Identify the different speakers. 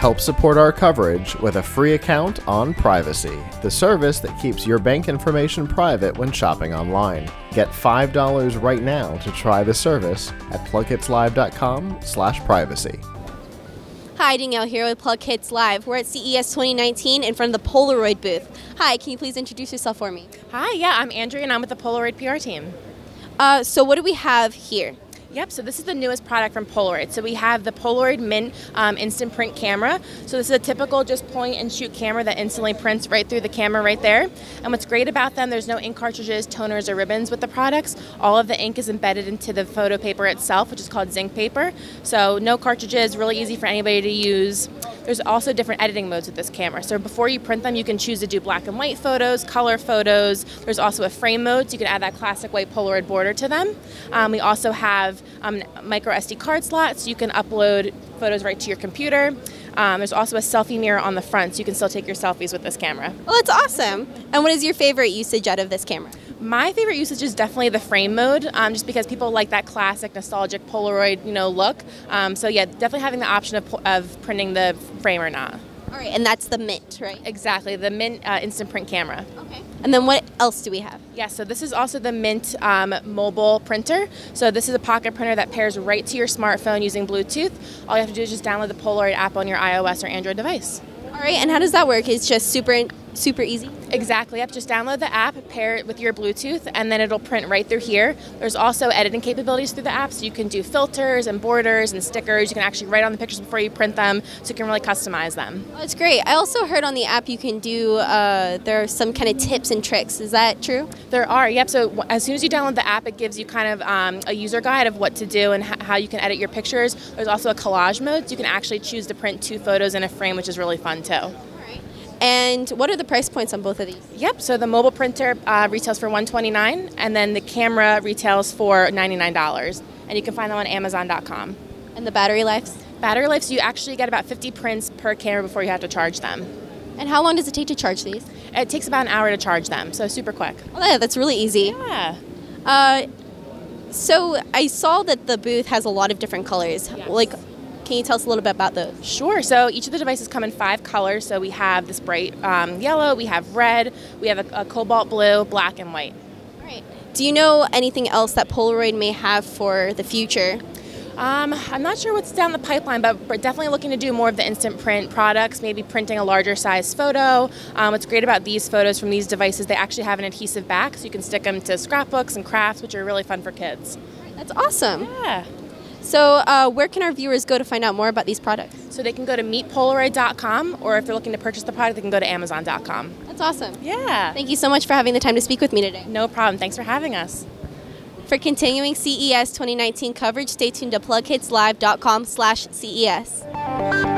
Speaker 1: Help support our coverage with a free account on Privacy, the service that keeps your bank information private when shopping online. Get $5 right now to try the service at plughitslive.com slash privacy.
Speaker 2: Hi, Danielle here with Plug Kids Live. We're at E CES 2019 in front of the Polaroid booth. Hi, can you please introduce yourself for me?
Speaker 3: Hi, yeah, I'm Andrea and I'm with the Polaroid PR team.
Speaker 2: Uh, so, what do we have here?
Speaker 3: Yep, so this is the newest product from Polaroid. So we have the Polaroid Mint um, instant print camera. So this is a typical just point and shoot camera that instantly prints right through the camera right there. And what's great about them, there's no ink cartridges, toners, or ribbons with the products. All of the ink is embedded into the photo paper itself, which is called zinc paper. So no cartridges, really easy for anybody to use. There's also different editing modes with this camera. So before you print them, you can choose to do black and white photos, color photos. There's also a frame mode, so you can add that classic white Polaroid border to them. Um, we also have um, micro SD card slots. You can upload photos right to your computer. Um, there's also a selfie mirror on the front, so you can still take your selfies with this camera.
Speaker 2: Well, that's awesome. And what is your favorite usage out of this camera?
Speaker 3: My favorite usage is definitely the frame mode, um, just because people like that classic, nostalgic Polaroid, you know, look. Um, so yeah, definitely having the option of, of printing the frame or not.
Speaker 2: All right, and that's the Mint, right?
Speaker 3: Exactly, the Mint uh, instant print camera.
Speaker 2: Okay. And then what else do we have?
Speaker 3: Yeah, so this is also the Mint um, mobile printer. So this is a pocket printer that pairs right to your smartphone using Bluetooth. All you have to do is just download the Polaroid app on your iOS or Android device.
Speaker 2: All right, and how does that work? It's just super super easy.
Speaker 3: Exactly. Yep. Just download the app, pair it with your Bluetooth, and then it'll print right through here. There's also editing capabilities through the app, so you can do filters and borders and stickers. You can actually write on the pictures before you print them, so you can really customize them.
Speaker 2: Oh, that's great. I also heard on the app you can do uh, there are some kind of tips and tricks. Is that true?
Speaker 3: There are. Yep. So w- as soon as you download the app, it gives you kind of um, a user guide of what to do and h- how you can edit your pictures. There's also a collage mode, so you can actually choose to print two photos in a frame, which is really fun too.
Speaker 2: And what are the price points on both of these?
Speaker 3: Yep. So the mobile printer uh, retails for 129 and then the camera retails for $99. And you can find them on Amazon.com.
Speaker 2: And the battery lives?
Speaker 3: Battery life, so you actually get about 50 prints per camera before you have to charge them.
Speaker 2: And how long does it take to charge these?
Speaker 3: It takes about an hour to charge them, so super quick.
Speaker 2: Oh, yeah, that's really easy.
Speaker 3: Yeah.
Speaker 2: Uh, so I saw that the booth has a lot of different colors.
Speaker 3: Yes.
Speaker 2: Like, can you tell us a little bit about those?
Speaker 3: Sure. So each of the devices come in five colors. So we have this bright um, yellow, we have red, we have a, a cobalt blue, black, and white.
Speaker 2: All right. Do you know anything else that Polaroid may have for the future?
Speaker 3: Um, I'm not sure what's down the pipeline, but we're definitely looking to do more of the instant print products, maybe printing a larger size photo. Um, what's great about these photos from these devices, they actually have an adhesive back, so you can stick them to scrapbooks and crafts, which are really fun for kids.
Speaker 2: That's awesome.
Speaker 3: Yeah.
Speaker 2: So, uh, where can our viewers go to find out more about these products?
Speaker 3: So they can go to meetpolaroid.com, or if they're looking to purchase the product, they can go to amazon.com.
Speaker 2: That's awesome.
Speaker 3: Yeah.
Speaker 2: Thank you so much for having the time to speak with me today.
Speaker 3: No problem. Thanks for having us.
Speaker 2: For continuing E E CES 2019 coverage, stay tuned to plughitslive.com/ces.